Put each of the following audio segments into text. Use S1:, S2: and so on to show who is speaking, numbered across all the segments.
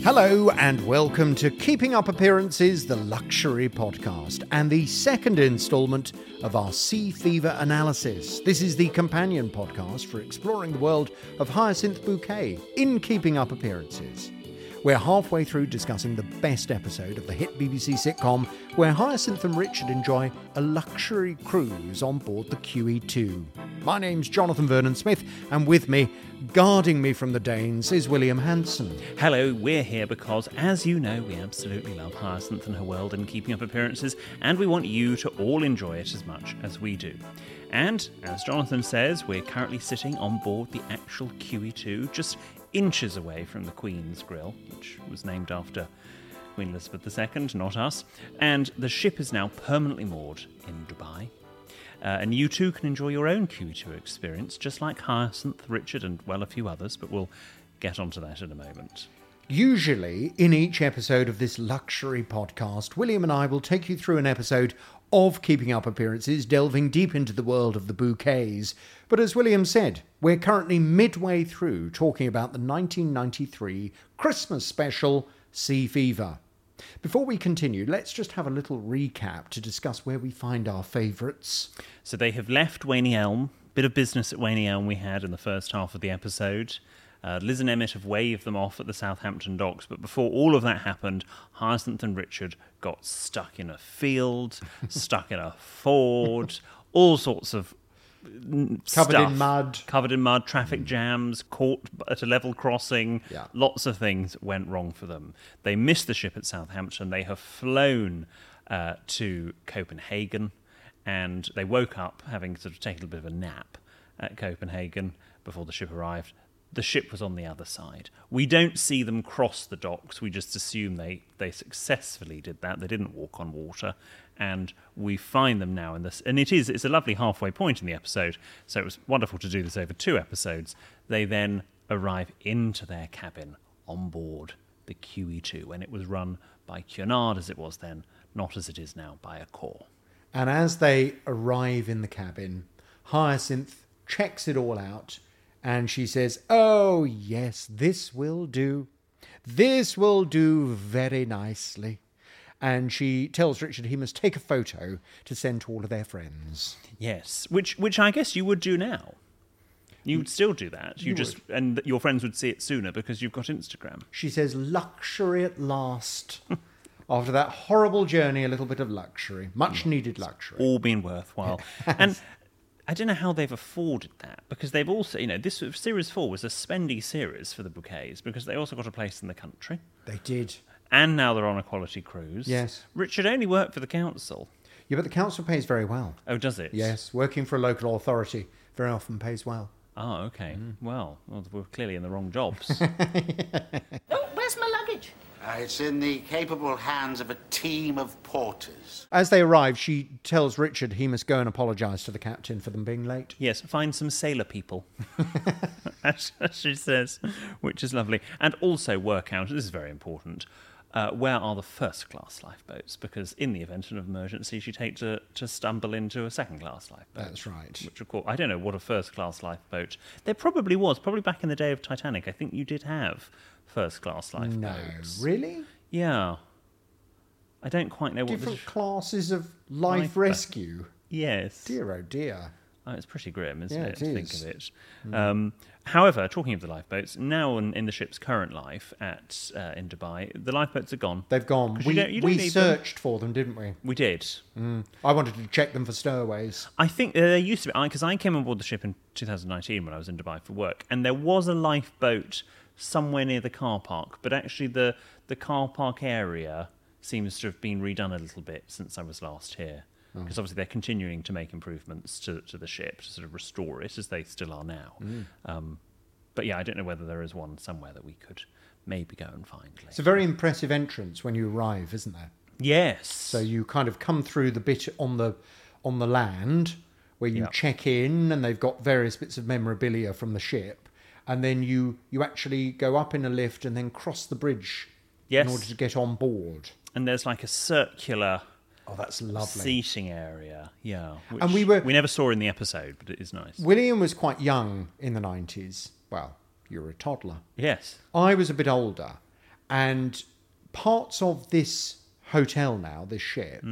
S1: Hello, and welcome to Keeping Up Appearances, the luxury podcast, and the second installment of our Sea Fever analysis. This is the companion podcast for exploring the world of Hyacinth Bouquet in Keeping Up Appearances. We're halfway through discussing the best episode of the hit BBC sitcom where Hyacinth and Richard enjoy a luxury cruise on board the QE2. My name's Jonathan Vernon Smith, and with me, guarding me from the Danes, is William Hanson.
S2: Hello, we're here because, as you know, we absolutely love Hyacinth and her world and keeping up appearances, and we want you to all enjoy it as much as we do. And, as Jonathan says, we're currently sitting on board the actual QE2, just inches away from the Queen's Grill, which was named after Queen Elizabeth II, not us, and the ship is now permanently moored in Dubai. Uh, and you too can enjoy your own QE2 experience, just like Hyacinth, Richard, and well, a few others, but we'll get onto that in a moment.
S1: Usually, in each episode of this luxury podcast, William and I will take you through an episode of Keeping Up Appearances, delving deep into the world of the bouquets. But as William said, we're currently midway through talking about the 1993 Christmas special, Sea Fever. Before we continue, let's just have a little recap to discuss where we find our favourites.
S2: So they have left Waney Elm. Bit of business at Waney Elm we had in the first half of the episode. Uh, Liz and Emmett have waved them off at the Southampton docks, but before all of that happened, Hyacinth and Richard got stuck in a field, stuck in a ford, all sorts of mm,
S1: Covered in
S2: stuff.
S1: mud.
S2: covered in mud, traffic jams, caught at a level crossing.
S1: Yeah.
S2: Lots of things went wrong for them. They missed the ship at Southampton. They have flown uh, to Copenhagen and they woke up having sort of taken a bit of a nap at Copenhagen before the ship arrived. The ship was on the other side. We don't see them cross the docks. We just assume they, they successfully did that. They didn't walk on water. And we find them now in this. And it is, it's a lovely halfway point in the episode. So it was wonderful to do this over two episodes. They then arrive into their cabin on board the QE2. And it was run by Cunard as it was then, not as it is now by a corps.
S1: And as they arrive in the cabin, Hyacinth checks it all out and she says, Oh, yes, this will do. This will do very nicely. And she tells Richard he must take a photo to send to all of their friends.
S2: Yes, which which I guess you would do now. You would still do that. You, just and th- your friends would see it sooner because you've got Instagram.
S1: She says, Luxury at last. After that horrible journey, a little bit of luxury, much needed luxury.
S2: All been worthwhile. and I don't know how they've afforded that because they've also, you know, this sort of series four was a spendy series for the bouquets because they also got a place in the country
S1: They did.
S2: and now they're on a quality cruise.
S1: Yes.
S2: Richard only worked for the council.
S1: Yeah, but the council pays very well.
S2: Oh, does it?
S1: Yes, working for a local authority very often pays well.
S2: Oh, okay. Well, well, we're clearly in the wrong jobs.
S3: Oh, where's my luggage?
S4: Uh, It's in the capable hands of a team of porters.
S1: As they arrive, she tells Richard he must go and apologise to the captain for them being late.
S2: Yes, find some sailor people, as as she says, which is lovely. And also work out, this is very important, uh, where are the first class lifeboats? Because in the event of an emergency, she'd hate to, to stumble into a second class lifeboat.
S1: That's right.
S2: Which, of course, I don't know what a first class lifeboat. There probably was, probably back in the day of Titanic, I think you did have first class
S1: No,
S2: lifeboats.
S1: really?
S2: Yeah. I don't quite know what
S1: Different
S2: this.
S1: classes of life,
S2: Life
S1: rescue.
S2: yes.
S1: Dear, oh dear.
S2: Oh, it's pretty grim, isn't
S1: Yeah,
S2: it?
S1: it
S2: to think
S1: is. Hmm.
S2: of it. Um, however, talking of the lifeboats, now in, in the ship's current life at uh, in Dubai, the lifeboats are gone.
S1: They've gone.
S2: 'Cause you
S1: We,
S2: don't- you don't
S1: we
S2: need them.
S1: searched for them, didn't we?
S2: We did.
S1: I wanted to check them for stowaways.
S2: I think uh, there used to be because I came on board the ship in 2019 when I was in Dubai for work, and there was a lifeboat somewhere near the car park, but actually the the car park area seems to have been redone a little bit since I was last here.
S1: Hmm.
S2: Because obviously they're continuing to make improvements to, to the ship to sort of restore it as they still are now.
S1: Hmm.
S2: Um, but yeah, I don't know whether there is one somewhere that we could maybe go and find. Later.
S1: It's a very impressive entrance when you arrive, isn't there?
S2: yes,
S1: So you kind of come through the bit on the on the land where you
S2: Yeah.
S1: check in, and they've got various bits of memorabilia from the ship, and then you you actually go up in a lift and then cross the bridge
S2: Yes.
S1: in order to get on board.
S2: and there's like a circular
S1: Oh, that's lovely.
S2: seating area. Yeah, which
S1: And we were-
S2: we never saw in the episode, but it is nice.
S1: William was quite young in the nineties. Well, you were a toddler.
S2: yes,
S1: I was a bit older, and parts of this hotel now, this ship,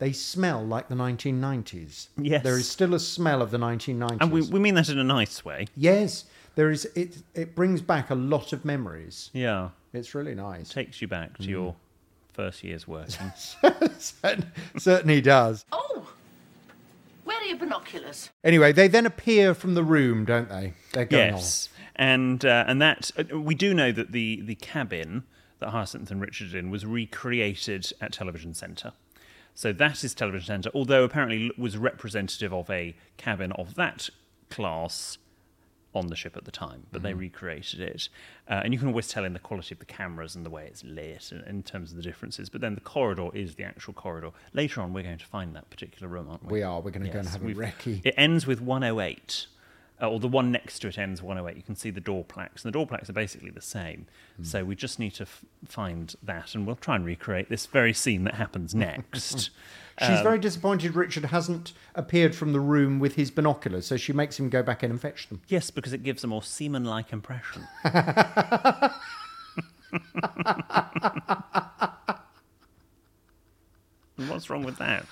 S1: they smell like the 1990s.
S2: Hmm. Yes.
S1: There is still a smell of the 1990s.
S2: and we, we mean that in a nice way.
S1: yes, there is. It it brings back a lot of memories.
S2: Yeah,
S1: It's really nice.
S2: takes you back to
S1: Mm.
S2: your first year's working.
S1: Certain- Certainly does.
S3: Oh! Where are your binoculars?
S1: Anyway, they then appear from the room, don't they? They're going
S2: yes, and uh, and that uh, we do know that the the cabin that Hyacinth and Richard are in was recreated at Television Centre. So that is Television Centre, although apparently l- was representative of a cabin of that class on the ship at the time, but they recreated it. Uh, and you can always tell in the quality of the cameras and the way it's lit and, in terms of the differences. But then the corridor is the actual corridor. Later on, we're going to find that particular room, aren't we?
S1: "Oh, We are. We're gonna go and have a
S2: we've-
S1: recce.
S2: It ends with 108. Uh, or the one next to it ends 108. You can see the door plaques, and the door plaques are basically the same.
S1: Hmm.
S2: So we just need to f- find that, and we'll try and recreate this very scene that happens next. um,
S1: on. She's very disappointed Richard hasn't appeared from the room with his binoculars, so she makes him go back in and fetch them.
S2: yes, because it gives a more seaman-like impression. What's wrong with that?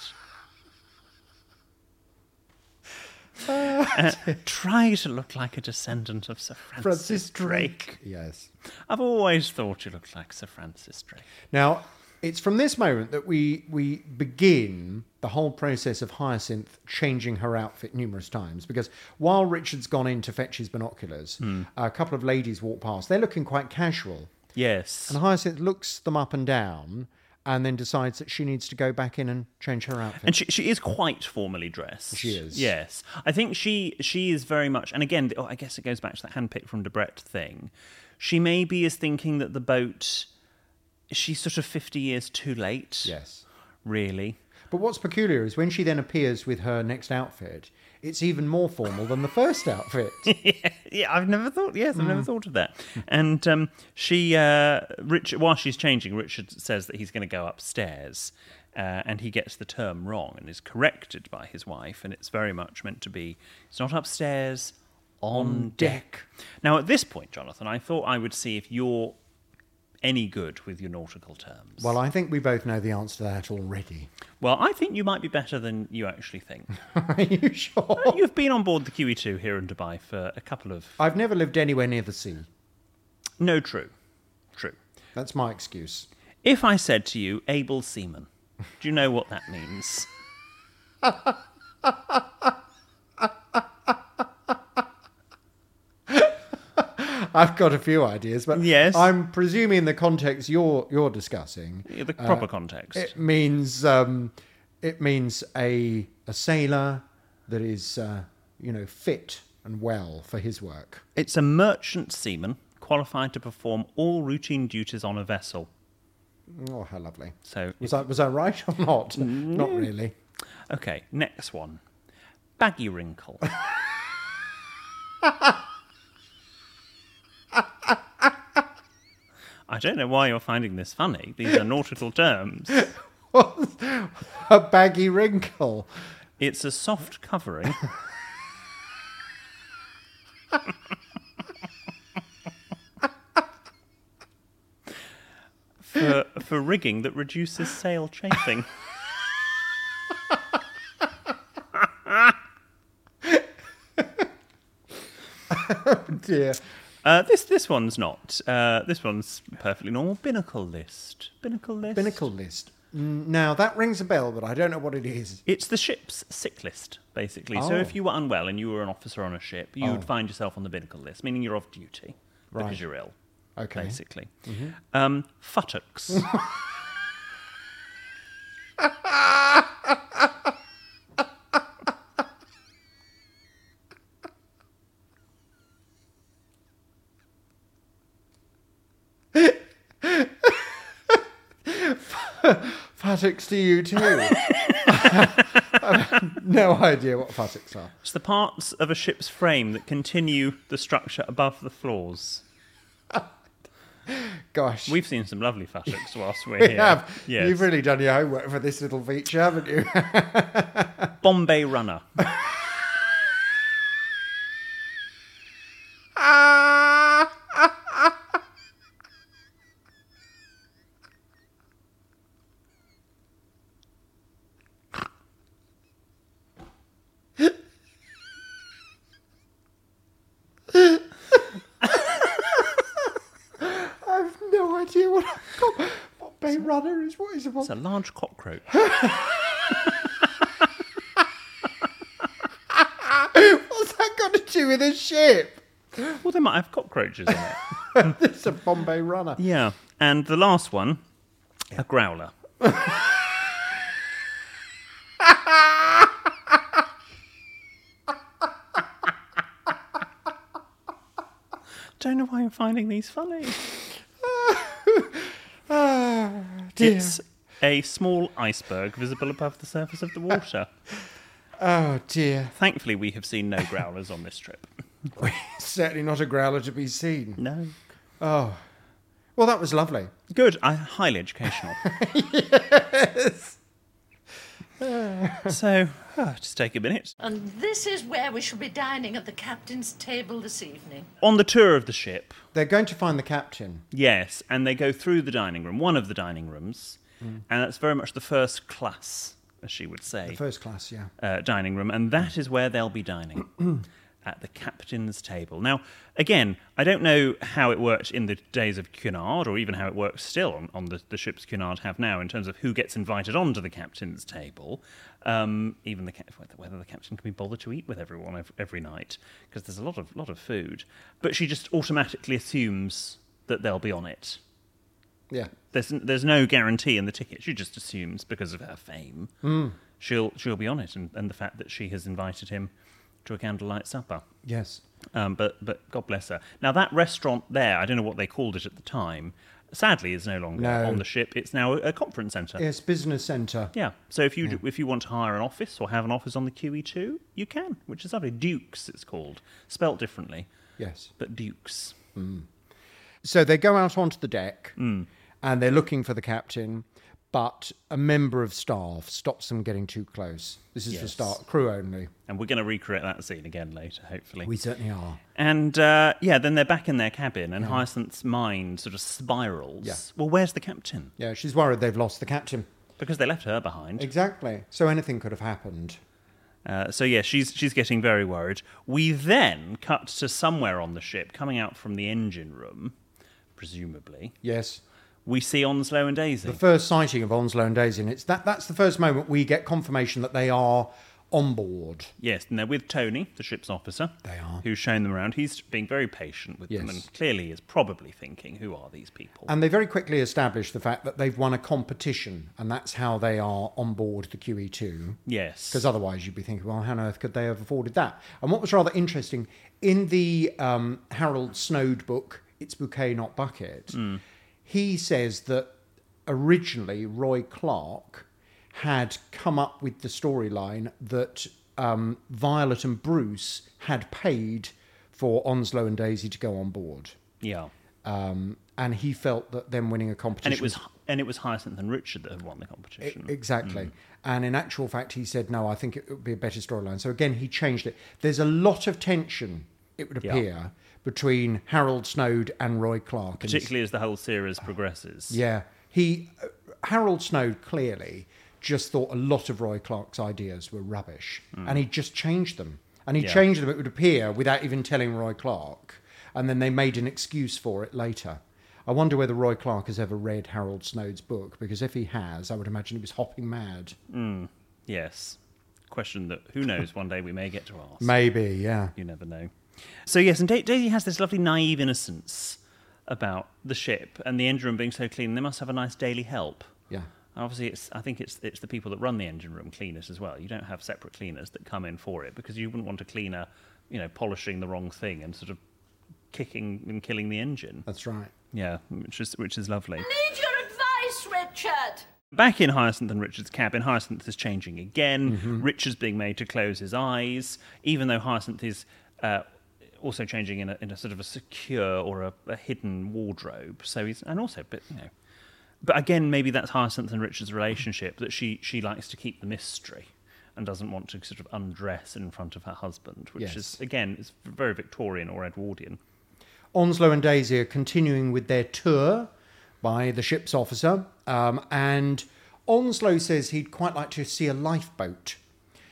S2: Uh, try to look like a descendant of Sir Francis,
S1: Francis
S2: Drake.
S1: Drake. Yes.
S2: I've always thought you looked like Sir Francis Drake.
S1: Now, it's from this moment that we we begin the whole process of Hyacinth changing her outfit numerous times because while Richard's gone in to fetch his binoculars,
S2: Hmm.
S1: a couple of ladies walk past. They're looking quite casual.
S2: Yes.
S1: And Hyacinth looks them up and down and then decides that she needs to go back in and change her outfit.
S2: And she, she is quite formally dressed.
S1: She is.
S2: Yes. I think she she is very much, and again, oh, I guess it goes back to that handpick from Debrett thing. She maybe is thinking that the boat, she's sort of 50 years too late.
S1: yes.
S2: Really.
S1: But what's peculiar is when she then appears with her next outfit, it's even more formal than the first outfit.
S2: yeah, I've never thought. Yes, I've never
S1: Mm.
S2: thought of that. And um, she, uh, Richard, while she's changing, Richard says that he's going to go upstairs, uh, and he gets the term wrong and is corrected by his wife. And it's very much meant to be. It's not upstairs, on, deck. Now, at this point, Jonathan, I thought I would see if you're any good with your nautical terms.
S1: well, I think we both know the answer to that already.
S2: Well, I think you might be better than you actually think.
S1: Are you sure?
S2: You've been on board the QE2 here in Dubai for a couple of.
S1: I've never lived anywhere near the sea.
S2: No, true. True.
S1: That's my excuse.
S2: If I said to you, able seaman, do you know what that means?
S1: I've got a few ideas, but
S2: Yes.
S1: I'm presuming the context you're you're discussing.
S2: The proper context.
S1: Uh, It means um, it means a a sailor that is uh, you know fit and well for his work.
S2: it's a merchant seaman qualified to perform all routine duties on a vessel.
S1: Oh, how lovely!
S2: So,
S1: Was I was I right or not? Not really.
S2: okay, next one. Baggy wrinkle. I don't know why you're finding this funny. These are nautical terms.
S1: A baggy wrinkle.
S2: It's a soft covering. for, for rigging that reduces sail chafing.
S1: Dear.
S2: Uh, this this one's not. Uh, this one's perfectly normal. Binnacle list. Binnacle list.
S1: Binnacle list. Mm, Now, that rings a bell, but I don't know what it is.
S2: It's the ship's sick list, basically. So
S1: Oh.
S2: if you were unwell and you were an officer on a ship, you would find yourself on the binnacle list, meaning you're off duty
S1: Right.
S2: because you're ill,
S1: Okay. Mm-hmm.
S2: basically. Um, futtocks.
S1: Futtocks to you, too. I've no idea what futtocks are.
S2: it's the parts of a ship's frame that continue the structure above the floors.
S1: Gosh.
S2: We've seen some lovely futtocks whilst we're
S1: We
S2: here.
S1: have.
S2: Yes.
S1: You've really done your homework for this little feature, haven't you?
S2: Bombay runner.
S1: I've no idea what I've got. What Bay Runner is? What is it?
S2: It's a large cockroach.
S1: What's that got to do with a ship?
S2: well, they might have cockroaches in it.
S1: It's a Bombay Runner.
S2: Yeah. And the last one, a growler. Don't know why I'm finding these funny.
S1: Ah, dear.
S2: It's a small iceberg visible above the surface of the water.
S1: Oh dear.
S2: Thankfully, we have seen no growlers on this trip.
S1: Certainly not a growler to be seen.
S2: No.
S1: Well, that was lovely.
S2: Good. I, highly educational. yes. so, ah, just take a minute.
S3: And this is where we shall be dining at the captain's table this evening.
S2: On the tour of the ship,
S1: They're going to find the captain.
S2: Yes, and they go through the dining room, one of the dining rooms, and that's very much the first class, as she would say,
S1: First class, yeah.
S2: uh, dining room, and that is where they'll be dining at the captain's table. Now, again, I don't know how it worked in the days of Cunard, or even how it works still on, on the, the ships Cunard have now, in terms of who gets invited onto the captain's table. Um, even the cap- whether, whether the captain can be bothered to eat with everyone ev- every night, because there's a lot of lot of food. But she just automatically assumes that they'll be on it
S1: Yeah.
S2: there's there's no guarantee in the ticket. She just assumes because of her fame,
S1: Hmm.
S2: she'll she'll be on it, and, and the fact that she has invited him to a candlelight supper.
S1: Yes.
S2: Um, but but God bless her. Now that restaurant there, I don't know what they called it at the time. Sadly, is no longer
S1: No.
S2: on the ship. It's now a, a conference centre.
S1: Yes, business centre.
S2: Yeah. So if you
S1: Hmm.
S2: if you want to hire an office or have an office on the QE two, you can, which is lovely. Dukes, it's called, spelt differently,
S1: Yes.
S2: but Dukes.
S1: So they go out onto the deck and they're looking for the captain, but a member of staff stops them getting too close. This is for
S2: Yes.
S1: start crew only.
S2: And we're going to recreate that scene again later, hopefully.
S1: We certainly are.
S2: And uh, yeah, then they're back in their cabin, and Hyacinth's mind sort of spirals.
S1: Yeah.
S2: Well, where's the captain?
S1: Yeah, she's worried they've lost the captain.
S2: Because they left her behind.
S1: Exactly. So anything could have happened.
S2: Uh, so yeah, she's she's getting very worried. We then cut to somewhere on the ship, coming out from the engine room, presumably.
S1: Yes.
S2: We see Onslow and Daisy.
S1: The first sighting of Onslow and Daisy, and it's that, that's the first moment we get confirmation that they are on board.
S2: yes, and they're with Tony, the ship's officer.
S1: They are.
S2: Who's shown them around. He's being very patient with them,
S1: Yes.
S2: and clearly is probably thinking, "Who are these people?"
S1: And they very quickly establish the fact that they've won a competition, and that's how they are on board the QE2.
S2: yes.
S1: Because otherwise, you'd be thinking, well, how on earth could they have afforded that? And what was rather interesting in the um, Harold Snowd book, It's Bouquet, Not Bucket,
S2: Hmm.
S1: he says that originally Roy Clark had come up with the storyline that um, Violet and Bruce had paid for Onslow and Daisy to go on board.
S2: yeah.
S1: Um, and he felt that them winning a competition
S2: And it was and it was Hyacinth and Richard that had won the competition. Mm.
S1: Exactly. And in actual fact, he said, no, I think it would be a better storyline. So again, he changed it. There's a lot of tension, it would
S2: Yeah.
S1: appear, between Harold Snowd and Roy Clark. in this-
S2: particularly as the whole series progresses.
S1: Yeah. He uh, Harold Snow clearly just thought a lot of Roy Clark's ideas were rubbish, and he just changed them. And he
S2: Mm. Yeah.
S1: changed them; it would appear without even telling Roy Clark, and then they made an excuse for it later. I wonder whether Roy Clark has ever read Harold Snow's book because if he has, I would imagine he was hopping mad.
S2: Yes. Question that who knows, one day we may get to ask.
S1: Maybe, yeah.
S2: You never know. So, yes, and Da- Daisy has this lovely naive innocence about the ship and the engine room being so clean. They must have a nice daily help.
S1: Yeah.
S2: And obviously, it's, I think it's, it's the people that run the engine room cleaners as well. You don't have separate cleaners that come in for it because you wouldn't want a cleaner, you know, polishing the wrong thing and sort of kicking and killing the engine.
S1: That's right.
S2: Yeah, which is, which is lovely.
S3: Need your advice, Richard.
S2: Back in Hyacinth and Richard's cabin, Hyacinth is changing again. Richard's being made to close his eyes, even though Hyacinth is uh, also changing in a, in a sort of a secure or a, a hidden wardrobe. So he's, and also, but you know, but again, maybe that's Hyacinth and Richard's relationship that she she likes to keep the mystery and doesn't want to sort of undress in front of her husband, which
S1: Yes.
S2: is again is very Victorian or Edwardian.
S1: Onslow and Daisy are continuing with their tour by the ship's officer, um, and Onslow says he'd quite like to see a lifeboat.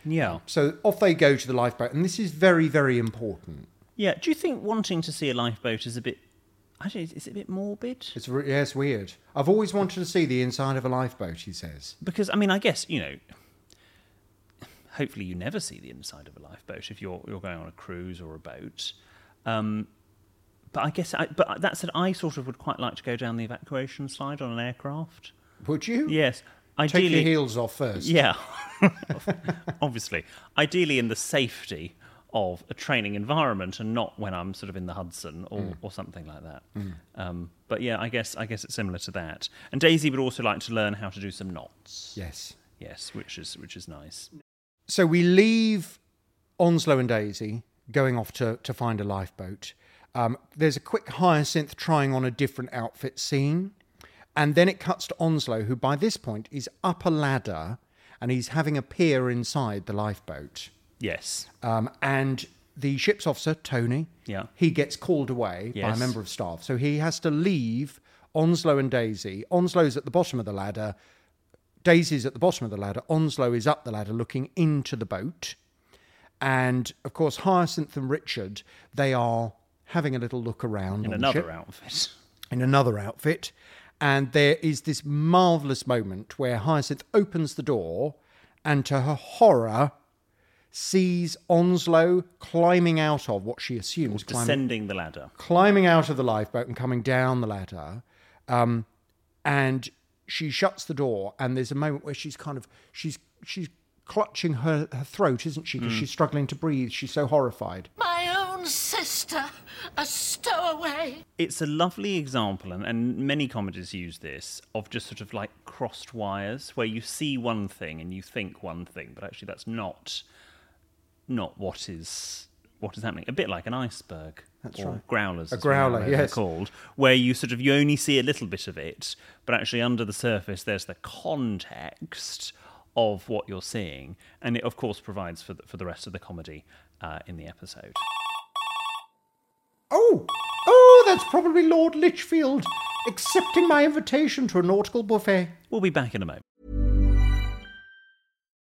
S2: Yeah.
S1: So off they go to the lifeboat, and this is very, very important.
S2: Yeah. Do you think wanting to see a lifeboat is a bit? Actually, is it a bit morbid?
S1: It's re- yeah, it's weird. I've always wanted to see the inside of a lifeboat. He says,
S2: Because I mean, I guess you know. Hopefully, you never see the inside of a lifeboat if you're you're going on a cruise or a boat. Um, but I guess, I, but that said, I sort of would quite like to go down the evacuation slide on an aircraft.
S1: "Would you?
S2: Yes,
S1: Take your
S2: ideally,
S1: heels off first.
S2: yeah, obviously, ideally in the safety of a training environment and not when I'm sort of in the Hudson or,
S1: Mm.
S2: or something like that. Um, but yeah, I guess I guess it's similar to that. And Daisy would also like to learn how to do some knots.
S1: Yes.
S2: Yes, which is which is nice.
S1: So we leave Onslow and Daisy going off to, to find a lifeboat. Um, there's a quick Hyacinth trying on a different outfit scene. And then it cuts to Onslow, who by this point is up a ladder and he's having a peer inside the lifeboat.
S2: Yes.
S1: Um, and the ship's officer, Tony,
S2: Yeah.
S1: he gets called away by a
S2: Yes.
S1: member of staff. So he has to leave Onslow and Daisy. Onslow's at the bottom of the ladder. Daisy's at the bottom of the ladder. Onslow is up the ladder looking into the boat. And of course, Hyacinth and Richard, they are having a little look around
S2: In
S1: on the
S2: another
S1: ship
S2: outfit.
S1: in another outfit. And there is this marvellous moment where Hyacinth opens the door and, to her horror, sees Onslow climbing out of what she assumes climbing,
S2: Descending the ladder.
S1: climbing out of the lifeboat and coming down the ladder. Um, and she shuts the door, and there's a moment where she's kind of she's she's clutching her, her throat, isn't she? Because she's struggling to breathe. She's so horrified.
S3: My own sister, a stowaway.
S2: It's a lovely example, and, and many comedies use this, of just sort of like crossed wires where you see one thing and you think one thing, but actually that's not not what is what is happening. A bit like an iceberg. That's or
S1: right.
S2: growlers.
S1: A
S2: as we know
S1: growler,
S2: they're
S1: yes.
S2: Called, where you sort of you only see a little bit of it, but actually under the surface there's the context of what you're seeing, and it of course provides for the, for the rest of the comedy uh, in the episode.
S1: Oh, oh, that's probably Lord Lichfield accepting my invitation to a nautical buffet.
S2: We'll be back in a moment.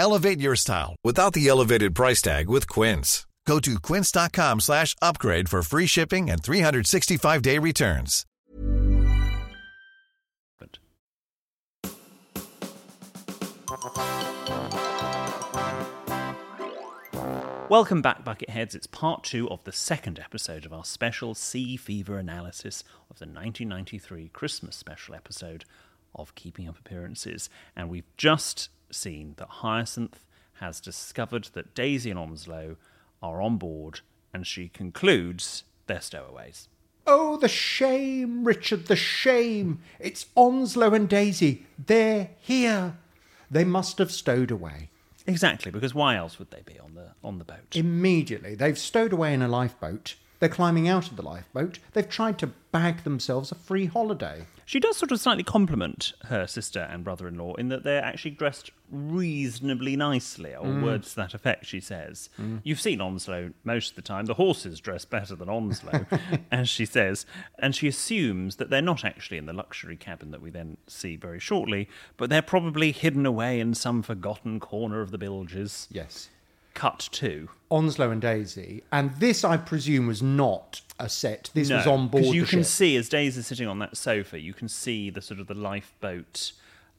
S5: Elevate your style without the elevated price tag with Quince. Go to quince.com slash upgrade for free shipping and 365-day returns.
S2: Welcome back, Bucketheads. It's part two of the second episode of our special Sea Fever analysis of the 1993 Christmas special episode of Keeping Up Appearances. And we've just seen that Hyacinth has discovered that Daisy and Onslow are on board, and she concludes they're stowaways.
S1: Oh, the shame, Richard, the shame. It's Onslow and Daisy. They're here. They must have stowed away.
S2: Exactly, because why else would they be on the on the boat?
S1: Immediately, they've stowed away in a lifeboat. They're climbing out of the lifeboat. They've tried to bag themselves a free holiday.
S2: She does sort of slightly compliment her sister and brother in law in that they're actually dressed reasonably nicely, or
S1: Mm.
S2: words to that effect, she says. You've seen Onslow most of the time. The horses dress better than Onslow, as she says. And she assumes that they're not actually in the luxury cabin that we then see very shortly, but they're probably hidden away in some forgotten corner of the bilges.
S1: Yes.
S2: Cut to.
S1: Onslow and Daisy, and this, I presume, was not a set. This
S2: No,
S1: was on
S2: 'cause
S1: board
S2: You
S1: the
S2: can
S1: ship.
S2: see as Daisy's sitting on that sofa, you can see the sort of the lifeboat,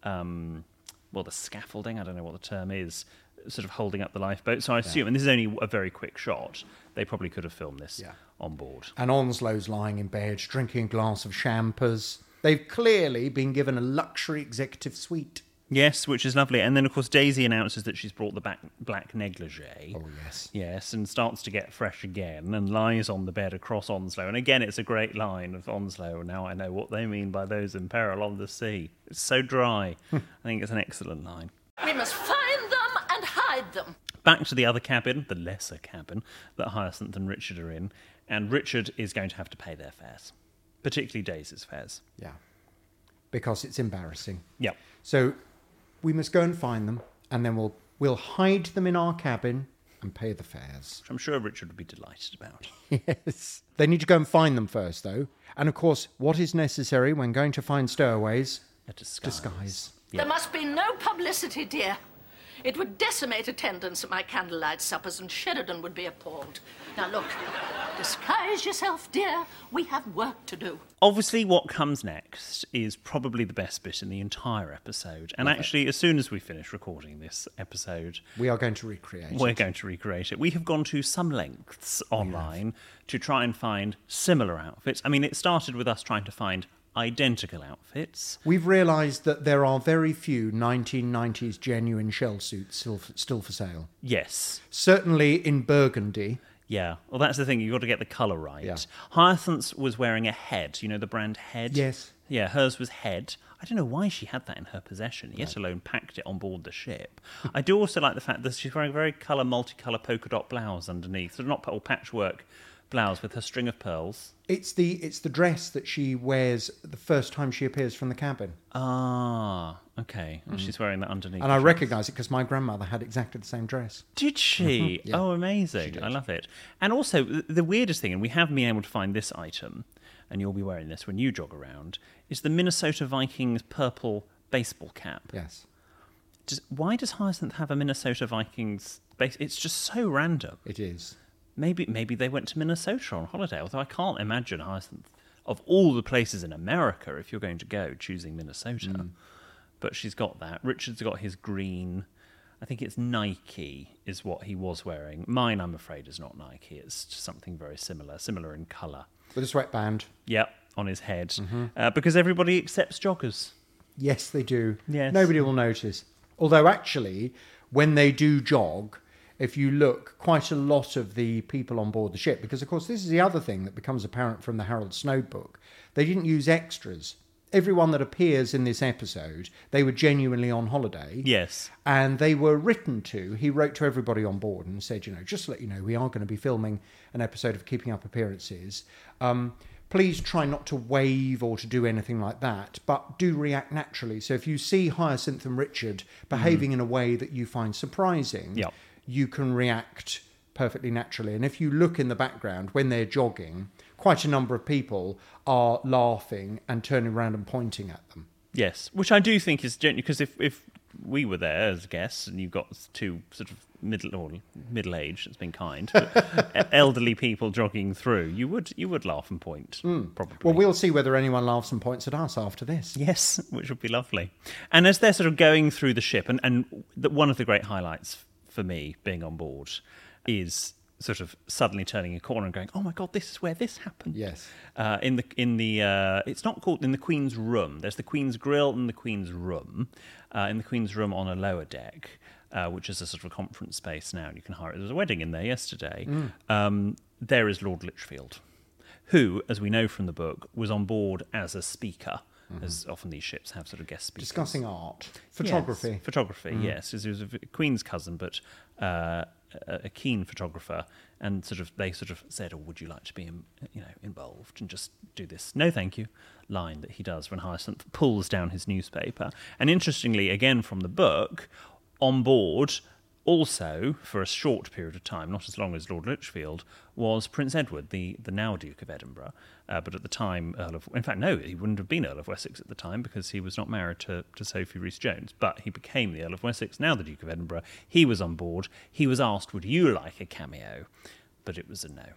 S2: um, well, the scaffolding. I don't know what the term is, sort of holding up the lifeboat. So I
S1: Yeah.
S2: assume, and this is only a very quick shot. They probably could have filmed this on board.
S1: And Onslow's lying in bed, drinking a glass of champers. They've clearly been given a luxury executive suite.
S2: Yes, which is lovely. And then, of course, Daisy announces that she's brought the back, black negligee. Oh,
S1: yes.
S2: Yes, and starts to get fresh again and lies on the bed across Onslow. And again, it's a great line of Onslow. Now I know what they mean by those in peril on the sea. It's so dry. I think it's an excellent line.
S3: We must find them and hide them.
S2: Back to the other cabin, the lesser cabin that Hyacinth and Richard are in. And Richard is going to have to pay their fares, particularly Daisy's fares.
S1: Yeah. Because it's embarrassing.
S2: Yep.
S1: So we must go and find them, and then we'll we'll hide them in our cabin and pay the fares.
S2: I'm sure Richard would be delighted about.
S1: yes. They need to go and find them first, though. And of course, what is necessary when going to find stowaways?
S2: A disguise.
S3: There must be no publicity, dear. It would decimate attendance at my candlelight suppers, and Sheridan would be appalled. Now, look, disguise yourself, dear. We have work to do.
S2: Obviously, what comes next is probably the best bit in the entire episode. And
S1: Love it.
S2: actually, as soon as we finish recording this episode,
S1: We are going to recreate.
S2: we're
S1: it.
S2: going to recreate it. We have gone to some lengths online to try and find similar outfits. I mean, it started with us trying to find identical outfits.
S1: We've realised that there are very few 1990s genuine shell suits still for, still for sale.
S2: Yes.
S1: Certainly in Burgundy.
S2: Yeah. Well, that's the thing. You've got to get the colour right. Hyacinth's was wearing a head. You know, the brand Head?
S1: Yes.
S2: Yeah, hers was Head. I don't know why she had that in her possession, yet alone packed it on board the ship. I do also like the fact that she's wearing a very colour, multicolour polka dot blouse underneath. So not all patchwork blouse with her string of pearls.
S1: It's the it's the dress that she wears the first time she appears from the cabin.
S2: Ah, okay. And
S1: Mm.
S2: She's wearing that underneath.
S1: And I recognise it because my grandmother had exactly the same dress.
S2: Did she?
S1: Yeah.
S2: Oh, amazing. I love it. And also, th- the weirdest thing, and we have been able to find this item, and you'll be wearing this when you jog around, is the Minnesota Vikings purple baseball cap.
S1: Yes.
S2: Does, why does Hyacinth have a Minnesota Vikings base? It's just so random.
S1: It is.
S2: Maybe, maybe they went to Minnesota on holiday, although I can't imagine Hyacinth, of all the places in America, if you're going to go, choosing Minnesota. But she's got that. Richard's got his green. I think it's Nike is what he was wearing. Mine, I'm afraid, is not Nike. It's just something very similar, similar in colour.
S1: With a sweatband.
S2: Yep, on his head. Uh, because everybody accepts joggers.
S1: Yes, they do.
S2: Yes.
S1: Nobody will notice. Although, actually, when they do jog, if you look, quite a lot of the people on board the ship, because of course, this is the other thing that becomes apparent from the Harold Snow book, they didn't use extras. Everyone that appears in this episode, they were genuinely on holiday.
S2: Yes.
S1: And they were written to. He wrote to everybody on board and said, you know, just to let you know, we are going to be filming an episode of Keeping Up Appearances. Um, please try not to wave or to do anything like that, but do react naturally. So if you see Hyacinth and Richard behaving in a way that you find surprising,
S2: Yep.
S1: you can react perfectly naturally. And if you look in the background when they're jogging, quite a number of people are laughing and turning around and pointing at them.
S2: Yes, which I do think is genuine because if if we were there as guests and you've got two sort of middle or middle aged, it's been kind, but e-, elderly people jogging through, you would you would laugh and point probably.
S1: Hmm. Well, we'll see whether anyone laughs and points at us after this.
S2: Yes, which would be lovely. And as they're sort of going through the ship, and, and the, one of the great highlights for me being on board is sort of suddenly turning a corner and going, "Oh my god, this is where this happened."
S1: Yes.
S2: Uh, in the in the uh, it's not called in the Queen's room. There's the Queen's grill and the Queen's room. Uh, in the Queen's room on a lower deck. Uh, which is a sort of conference space now, and you can hire it. There was a wedding in there yesterday. Um, there is Lord Litchfield, who, as we know from the book, was on board as a speaker, as often these ships have sort of guest speakers.
S1: Discussing art, photography.
S2: Yes, photography, yes. He was a v- Queen's cousin, but uh, a a keen photographer. And sort of, they sort of said, "Oh, would you like to be, in, you know, involved and just do this?" No, thank you. Line that he does when Hyacinth pulls down his newspaper. And interestingly, again from the book, on board, also for a short period of time, not as long as Lord Lichfield, was Prince Edward, the, the now Duke of Edinburgh, uh, but at the time Earl of. In fact, no, he wouldn't have been Earl of Wessex at the time because he was not married to, to Sophie Rhys Jones, but he became the Earl of Wessex, now the Duke of Edinburgh. He was on board. He was asked, Would you like a cameo? But it was a no.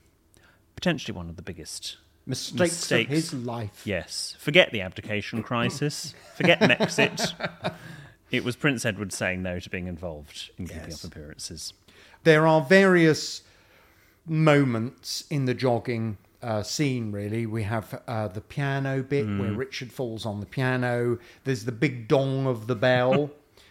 S2: Potentially one of the biggest
S1: Mistakes, of his life.
S2: Yes. Forget the abdication crisis. Forget Brexit. It was Prince Edward saying no to being involved in keeping
S1: Yes.
S2: up appearances.
S1: there are various moments in the jogging uh, scene really we have uh, the piano bit
S2: Mm.
S1: where richard falls on the piano there's the big dong of the bell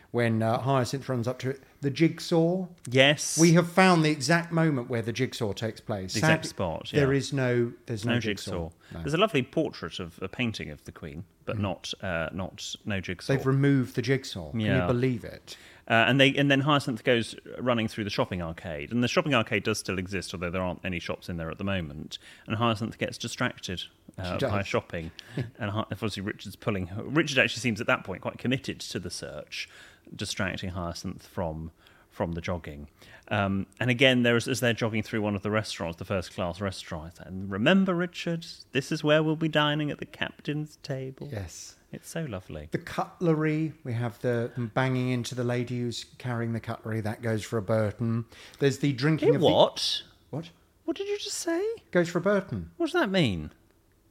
S1: when uh, hyacinth runs up to it the jigsaw
S2: Yes.
S1: we have found the exact moment where the jigsaw takes place
S2: The exact
S1: Sadly,
S2: spot,
S1: there
S2: yeah.
S1: is no there's no, Mm-hmm.
S2: no jigsaw. There's a lovely portrait of a painting of the Queen, but not uh, not no jigsaw.
S1: they've removed the jigsaw can you
S2: Yeah.
S1: believe it
S2: uh, and they and then Hyacinth goes running through the shopping arcade, and the shopping arcade does still exist, although there aren't any shops in there at the moment. And Hyacinth gets distracted uh,
S1: does.
S2: by shopping, and Hy- obviously Richard's pulling. Her. Richard actually seems at that point quite committed to the search, distracting Hyacinth from from the jogging. Um, and again, there's as they're jogging through one of the restaurants, the first class restaurant, and remember, Richard, this is where we'll be dining at the captain's table.
S1: yes
S2: It's so lovely.
S1: the cutlery we have the them banging into the lady who's carrying the cutlery that goes for a burton there's the drinking
S2: Hey,
S1: of
S2: what?
S1: the, what
S2: What did you just say?
S1: Goes for a Burton.
S2: What does that mean?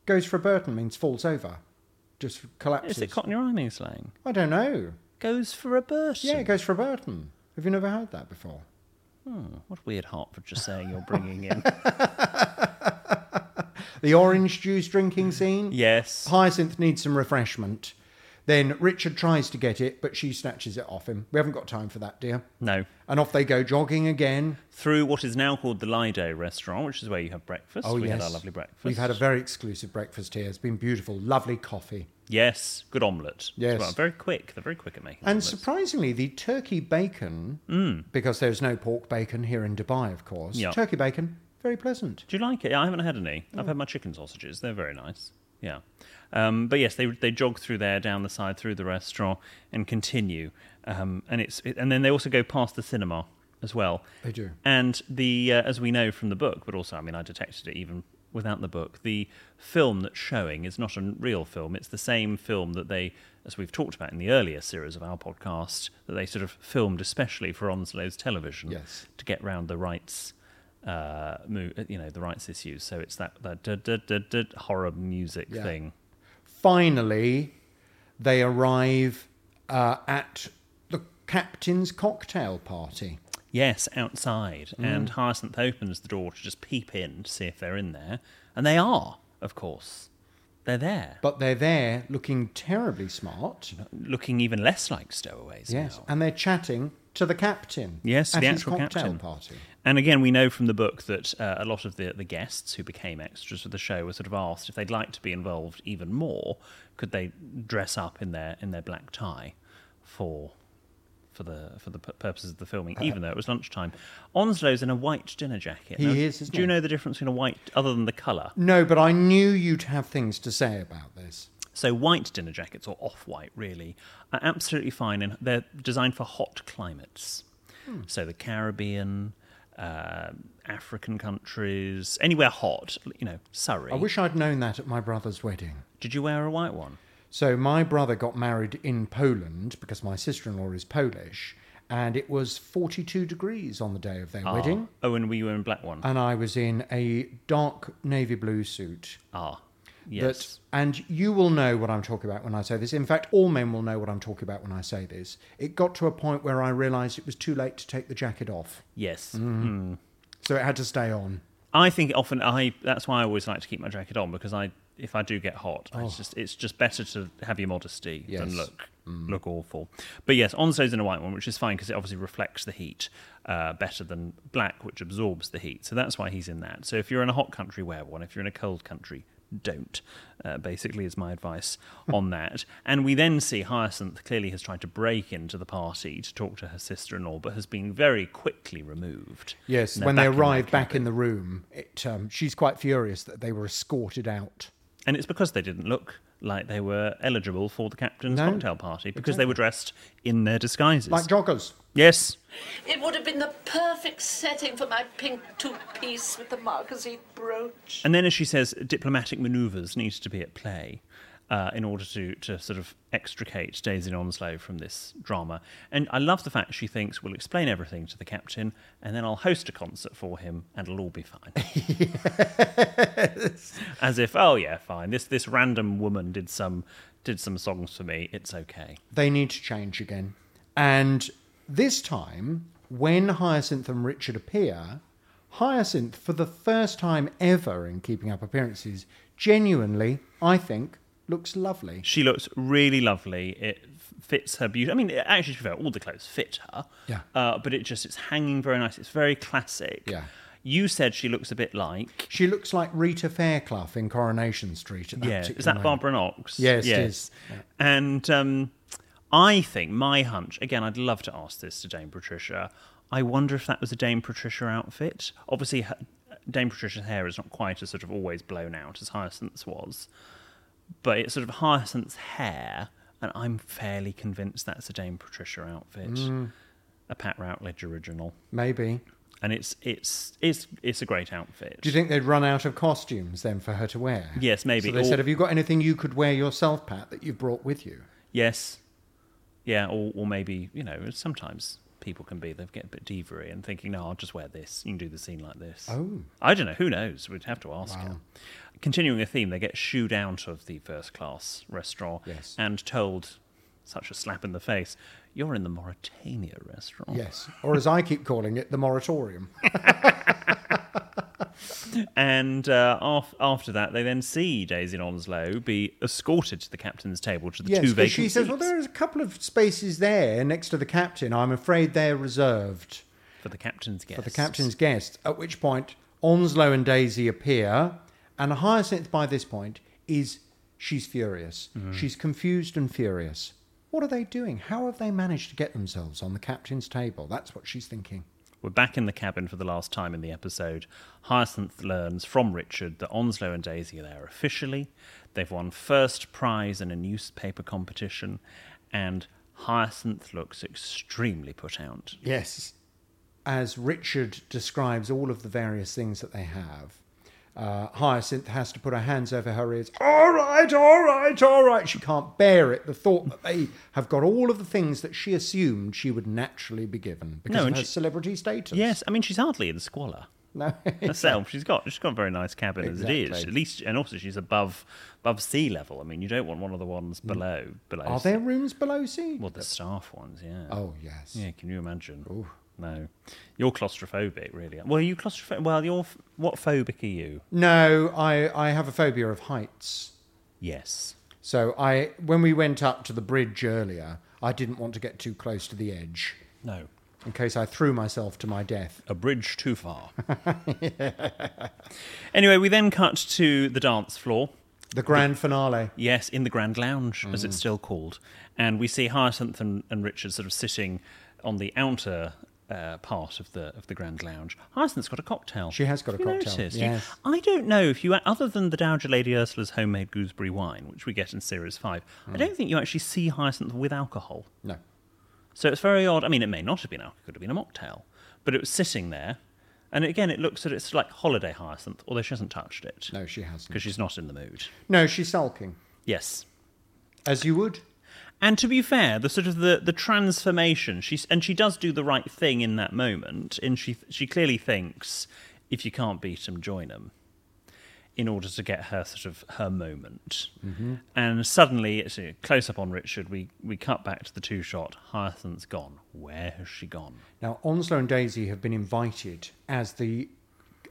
S1: Goes for a Burton means falls over, just collapses.
S2: Is it cotton your eye mean slang?
S1: I don't know.
S2: Goes for a burst.
S1: Yeah, it goes for a Burton. Have you never heard that before?
S2: Hmm, What a weird Hertfordshire saying you're bringing in.
S1: The orange juice drinking scene.
S2: yes.
S1: Hyacinth needs some refreshment. Then Richard tries to get it, but she snatches it off him. We haven't got time for that, dear.
S2: No.
S1: And off they go jogging again.
S2: Through what is now called the Lido restaurant, which is where you have breakfast. we had our lovely breakfast.
S1: Oh, We've had a very exclusive breakfast here. It's been beautiful. Lovely coffee.
S2: yes, good omelette. as
S1: Yes.
S2: well. very quick. They're very quick at making.
S1: And
S2: omelettes.
S1: surprisingly, the turkey bacon, because there's no pork bacon here in Dubai, of course,
S2: Mm. Yeah.
S1: turkey bacon, very pleasant.
S2: Do you like it? I haven't had any.
S1: Oh.
S2: I've had my chicken sausages. They're very nice. Yeah. Um, but yes, they they jog through there, down the side, through the restaurant, and continue. Um, and it's it, and then they also go past the cinema as well.
S1: They do.
S2: And the uh, as we know from the book, but also I mean I detected it even without the book. The film that's showing is not a real film. It's the same film that they, as we've talked about in the earlier series of our podcast, that they sort of filmed especially for Onslow's television
S1: Yes.
S2: to get round the rights, uh, mo- you know, the rights issues. So it's that that da, da, da, da, horror music
S1: Yeah.
S2: thing.
S1: Finally, they arrive uh, at the captain's cocktail party.
S2: Yes, outside,
S1: Mm.
S2: and Hyacinth opens the door to just peep in to see if they're in there, and they are, of course, they're there,
S1: But they're there looking terribly smart.
S2: looking even less like stowaways.
S1: Yes.
S2: now.
S1: And they're chatting to the captain.
S2: Yes,
S1: at
S2: the
S1: his
S2: actual
S1: cocktail
S2: captain.
S1: party.
S2: And again, we know from the book that uh, a lot of the, the guests who became extras of the show were sort of asked if they'd like to be involved even more. Could they dress up in their in their black tie for for the for the pu- purposes of the filming,
S1: Uh-huh.
S2: even though it was lunchtime. Onslow's in a white dinner jacket.
S1: He
S2: Now,
S1: is, isn't
S2: Do you
S1: he?
S2: know the difference between a white, other than the colour?
S1: No, but I knew you'd have things to say about this.
S2: So white dinner jackets, or off-white really, are absolutely fine, and they're designed for hot climates.
S6: Hmm.
S2: So the Caribbean, uh, African countries, anywhere hot, you know, Surrey.
S1: I wish I'd known that at my brother's wedding.
S2: Did you wear a white one?
S1: So my brother got married in Poland because my sister-in-law is Polish, and it was 42 degrees on the day of their
S2: Ah.
S1: wedding,
S2: Oh, and we were in black one.
S1: and I was in a dark navy blue suit.
S2: Ah,
S1: yes. and you will know what I'm talking about when I say this. In fact, all men will know what I'm talking about when I say this. It got to a point where I realised it was too late to take the jacket off,
S2: Yes.
S1: Mhm.
S2: Mm.
S1: so it had to stay on.
S2: I think often I. That's why I always like to keep my jacket on because I, if I do get hot, I
S1: Oh.
S2: just it's just better to have your modesty
S1: Yes. Mm.
S2: than look look awful. But yes, Onslow's in a white one, which is fine because it obviously reflects the heat uh, better than black, which absorbs the heat. So that's why he's in that. So if you're in a hot country, wear one. If you're in a cold country, don't. Uh, basically, is my advice on that. And we then see Hyacinth clearly has tried to break into the party to talk to her sister-in-law, but has been very quickly removed.
S1: Yes,
S2: And
S1: when they
S2: they're back in their
S1: arrived back in the room, it, um, she's quite furious that they were escorted out.
S2: And it's because they didn't look like they were eligible for the captain's
S1: No.
S2: cocktail party because they were dressed in their disguises.
S1: Like joggers.
S2: Yes.
S3: It would have been the perfect setting for my pink two piece with the marquisate brooch.
S2: And then, as she says, diplomatic manoeuvres need to be at play uh, in order to, to sort of extricate Daisy Onslow from this drama. And I love the fact she thinks we'll explain everything to the captain and then I'll host a concert for him and it'll all be fine. As if, oh yeah, fine. This this random woman did some did some songs for me. It's okay.
S1: They need to change again. And this time, when Hyacinth and Richard appear, Hyacinth, for the first time ever in Keeping Up Appearances, genuinely, I think, looks lovely.
S2: She looks really lovely. It f- fits her beauty. I mean, it- actually, to be fair, all the clothes fit her.
S1: Yeah.
S2: Uh, but it just it's hanging very nice. It's very classic.
S1: Yeah.
S2: You said she looks a bit like
S1: She looks like Rita Fairclough in Coronation Street at that
S2: yeah.
S1: particular
S2: Is that
S1: moment.
S2: Barbara Knox?
S1: Yes, it is.
S2: And um, I think my hunch again. I'd love to ask this to Dame Patricia. I wonder if that was a Dame Patricia outfit. Obviously, her, Dame Patricia's hair is not quite as sort of always blown out as Hyacinth's was, but it's sort of Hyacinth's hair, and I'm fairly convinced that's a Dame Patricia outfit,
S1: Mm.
S2: a Pat Routledge original,
S1: Maybe.
S2: and it's it's it's it's a great outfit.
S1: Do you think they'd run out of costumes then for her to wear?
S2: Yes, maybe.
S1: So they
S2: Or-
S1: said, Have you got anything you could wear yourself, Pat, that you've brought with you?
S2: Yes. Yeah, or, or maybe, you know, sometimes people can be, they get a bit diva and thinking, no, I'll just wear this. You can do the scene like this.
S1: Oh.
S2: I don't know. Who knows? We'd have to ask
S1: Wow.
S2: her. Continuing a theme, they get shooed out of the first class restaurant
S1: Yes.
S2: and told, such a slap in the face, you're in the Mauritania restaurant.
S1: Yes. Or as I keep calling it, the moratorium.
S2: And uh, af- after that, they then see Daisy and Onslow be escorted to the captain's table to the
S1: yes,
S2: two
S1: but
S2: vacant
S1: she says, Well,
S2: seats
S1: there is a couple of spaces there next to the captain. I'm afraid they're reserved
S2: for the captain's guests.
S1: for the captain's guests. At which point, Onslow and Daisy appear, and Hyacinth, by this point, is she's furious.
S2: Mm-hmm.
S1: She's confused and furious. What are they doing? How have they managed to get themselves on the captain's table? That's what she's thinking.
S2: We're back in the cabin for the last time in the episode. Hyacinth learns from Richard that Onslow and Daisy are there officially. They've won first prize in a newspaper competition, and Hyacinth looks extremely put out.
S1: Yes. As Richard describes all of the various things that they have, uh, Hyacinth has to put her hands over her ears. All right, all right, all right. She can't bear it. The thought that they have got all of the things that she assumed she would naturally be given because
S2: No,
S1: of
S2: and
S1: her
S2: she-
S1: celebrity status.
S2: Yes, I mean she's hardly in squalor.
S1: No.
S2: herself. She's got she's got a very nice cabin as it is.
S1: Exactly.
S2: At least, and also she's above above sea level. I mean, you don't want one of the ones below below.
S1: Are there rooms below sea?
S2: Well, the staff ones, yeah.
S1: Oh, yes.
S2: Yeah, can you imagine? No, you're claustrophobic, really. Well, are you claustrophobic? Well, you're f- what phobic are you?
S1: No, I, I have a phobia of heights.
S2: Yes.
S1: So I, when we went up to the bridge earlier, I didn't want to get too close to the edge
S2: No.
S1: in case I threw myself to my death.
S2: A bridge too far. Anyway, we then cut to the dance floor.
S1: The grand finale.
S2: Yes, in the Grand Lounge, as
S1: Mm.
S2: it's still called. And we see Hyacinth and, and Richard sort of sitting on the outer uh, part of the of the Grand Lounge. Hyacinth's got a cocktail.
S1: She has got
S2: Have
S1: a
S2: you
S1: cocktail,
S2: noticed? You-
S1: yes.
S2: I don't know if you, other than the Dowager Lady Ursula's homemade gooseberry wine, which we get in Series 5,
S1: Mm.
S2: I don't think you actually see Hyacinth with alcohol.
S1: No.
S2: So it's very odd. I mean, it may not have been alcohol, it could have been a mocktail, but it was sitting there. And again, it looks that it's like holiday hyacinth, although she hasn't touched it.
S1: No, she hasn't.
S2: Because she's not in the mood.
S1: No, she's sulking.
S2: Yes.
S1: As you would.
S2: And to be fair, the sort of the, the transformation she's and she does do the right thing in that moment, and she she clearly thinks if you can't beat 'em, join 'em, in order to get her sort of her moment. And suddenly, it's a close up on Richard. We we cut back to the two shot. Hyacinth's gone. Where has she gone?
S1: Now, Onslow and Daisy have been invited as the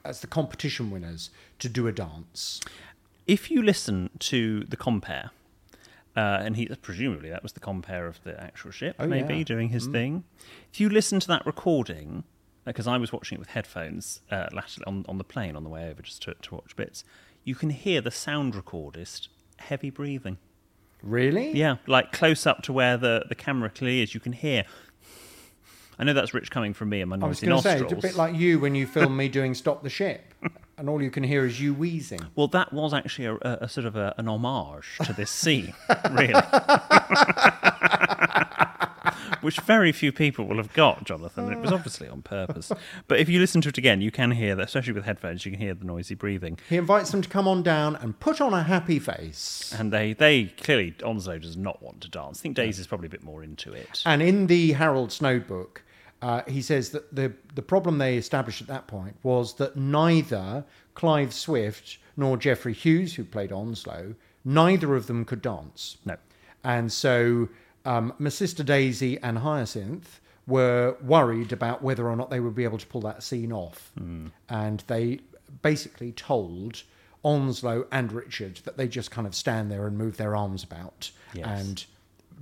S1: as the competition winners to do a dance.
S2: if you listen to the compare, uh, and he presumably that was the compare of the actual ship,
S1: Oh,
S2: maybe
S1: yeah.
S2: doing his thing. If you listen to that recording, because I was watching it with headphones uh, latterly on, on the plane on the way over just to, to watch bits, you can hear the sound recordist heavy breathing.
S1: Really?
S2: Yeah, like close up to where the, the camera clearly is, you can hear. I know that's rich coming from me and my
S1: I was
S2: noisy
S1: going to say,
S2: nostrils.
S1: it's a bit like you when you film me doing Stop the Ship, and all you can hear is you wheezing.
S2: Well, that was actually a, a, a sort of a, an homage to this scene, really. Which very few people will have got, Jonathan. It was obviously on purpose. But if you listen to it again, you can hear that, especially with headphones, you can hear the noisy breathing.
S1: He invites them to come on down and put on a happy face.
S2: And they, they clearly, Onslow does not want to dance. I think Daisy's probably a bit more into it.
S1: And in the Harold Snow book, uh, he says that the, the problem they established at that point was that neither Clive Swift nor Geoffrey Hughes, who played Onslow, neither of them could dance.
S2: No.
S1: And so um, my sister Daisy and Hyacinth were worried about whether or not they would be able to pull that scene off. And they basically told Onslow and Richard that they just kind of stand there and move their arms about.
S2: Yes.
S1: And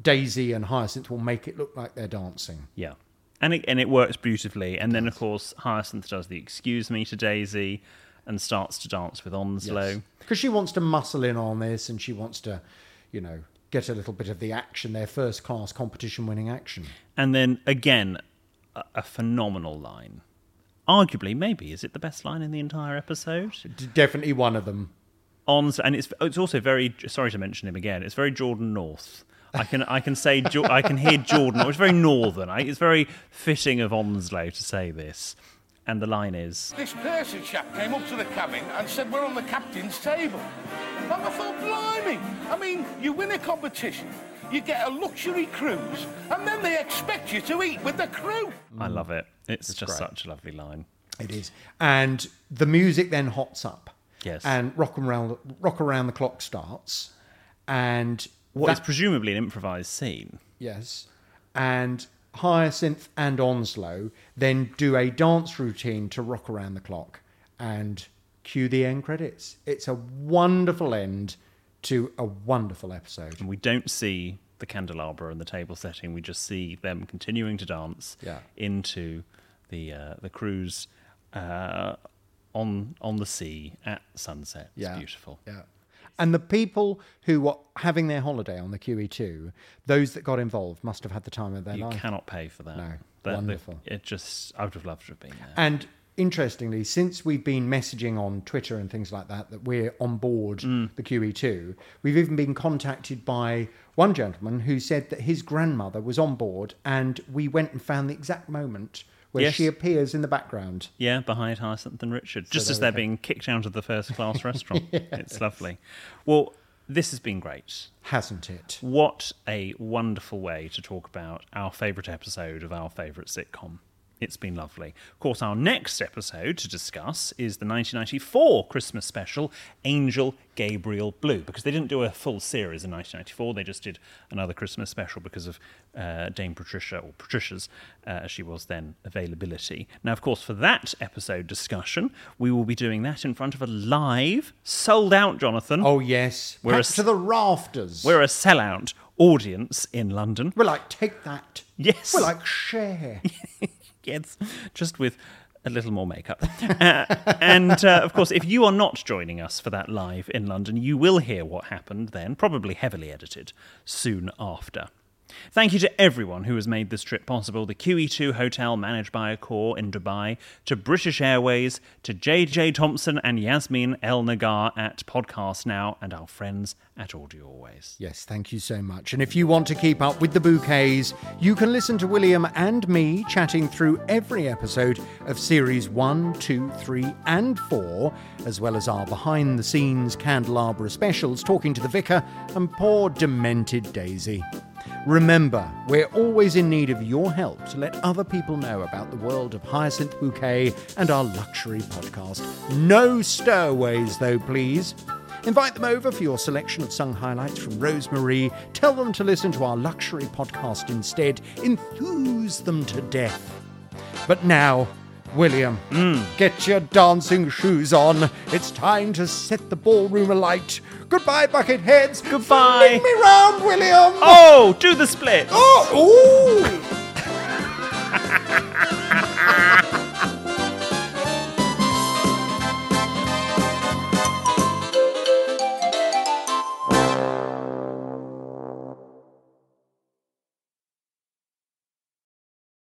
S1: Daisy and Hyacinth will make it look like they're dancing.
S2: Yeah. And it, and it works beautifully. And then, of course, Hyacinth does the excuse me to Daisy and starts to dance with Onslow.
S1: Because she wants to muscle in on this and she wants to, you know, get a little bit of the action, their first class competition winning action.
S2: And then again, a, a phenomenal line. Arguably, maybe is it the best line in the entire episode?
S1: D- Definitely one of them.
S2: On and it's it's also very sorry to mention him again. It's very Jordan North. I can I can say Jo- I can hear Jordan. It's very northern. I, it's very fitting of Onslow to say this. And the line is
S6: This Pearson chap came up to the cabin and said we're on the captain's table. And I thought, blimey! I mean, you win a competition, you get a luxury cruise, and then they expect you to eat with the crew.
S2: I love it. It's,
S1: great.
S2: just such a lovely line.
S1: It is. And the music then hots up.
S2: Yes.
S1: And rock around rock around the clock starts. And
S2: What is
S1: that-
S2: presumably an improvised scene.
S1: yes. And Hyacinth and Onslow then do a dance routine to rock around the clock and cue the end credits. It's a wonderful end to a wonderful episode.
S2: and we don't see the candelabra and the table setting. We just see them continuing to dance
S1: Yeah.
S2: into the uh, the cruise uh, on on the sea at sunset. It's
S1: Yeah.
S2: beautiful.
S1: Yeah. And the people who were having their holiday on the QE2, those that got involved must have had the time of their
S2: You
S1: life.
S2: cannot pay for that.
S1: No.
S2: That- that-
S1: Wonderful.
S2: it just I would have loved to have been there.
S1: And interestingly, since we've been messaging on Twitter and things like that that we're on board
S2: Mm.
S1: the QE2, we've even been contacted by one gentleman who said that his grandmother was on board, and we went and found the exact moment where
S2: Yes.
S1: she appears in the background.
S2: Yeah, behind Hyacinth and Richard, just
S1: there
S2: as
S1: we
S2: they're
S1: go.
S2: being kicked out of the first class restaurant. It's lovely. Well, this has been great.
S1: Hasn't it?
S2: What a wonderful way to talk about our favourite episode of our favourite sitcom. It's been lovely. Of course, our next episode to discuss is the 1994 Christmas special, Angel Gabriel Blue, because they didn't do a full series in 1994. They just did another Christmas special because of uh, Dame Patricia, or Patricia's, uh, as she was then, availability. Now, of course, for that episode discussion, we will be doing that in front of a live, sold out, Jonathan.
S1: Oh yes,
S2: We're
S1: we're
S2: a-
S1: to the rafters.
S2: We're a sellout audience in London.
S1: We're like take that.
S2: Yes.
S1: We're like share.
S2: yes, just with a little more makeup. Uh, and uh, of course, if you are not joining us for that live in London, you will hear what happened then, probably heavily edited, soon after. Thank you to everyone who has made this trip possible the QE2 hotel managed by Accor in Dubai, to British Airways, to JJ Thompson and Yasmin El Nagar at Podcast Now, and our friends at Audio Always.
S1: Yes, thank you so much. And if you want to keep up with the bouquets, you can listen to William and me chatting through every episode of series 1, 2, 3, and 4, as well as our behind the scenes candelabra specials talking to the vicar and poor demented Daisy. Remember, we're always in need of your help to let other people know about the world of Hyacinth Bouquet and our luxury podcast. No stairways, though, please. Invite them over for your selection of sung highlights from Rosemary. Tell them to listen to our luxury podcast instead. Enthuse them to death. But now, William, get your dancing shoes on. It's time to set the ballroom alight. Goodbye, bucket heads. Goodbye. Bring me round, William.
S2: Oh, do the split.
S1: Oh, ooh.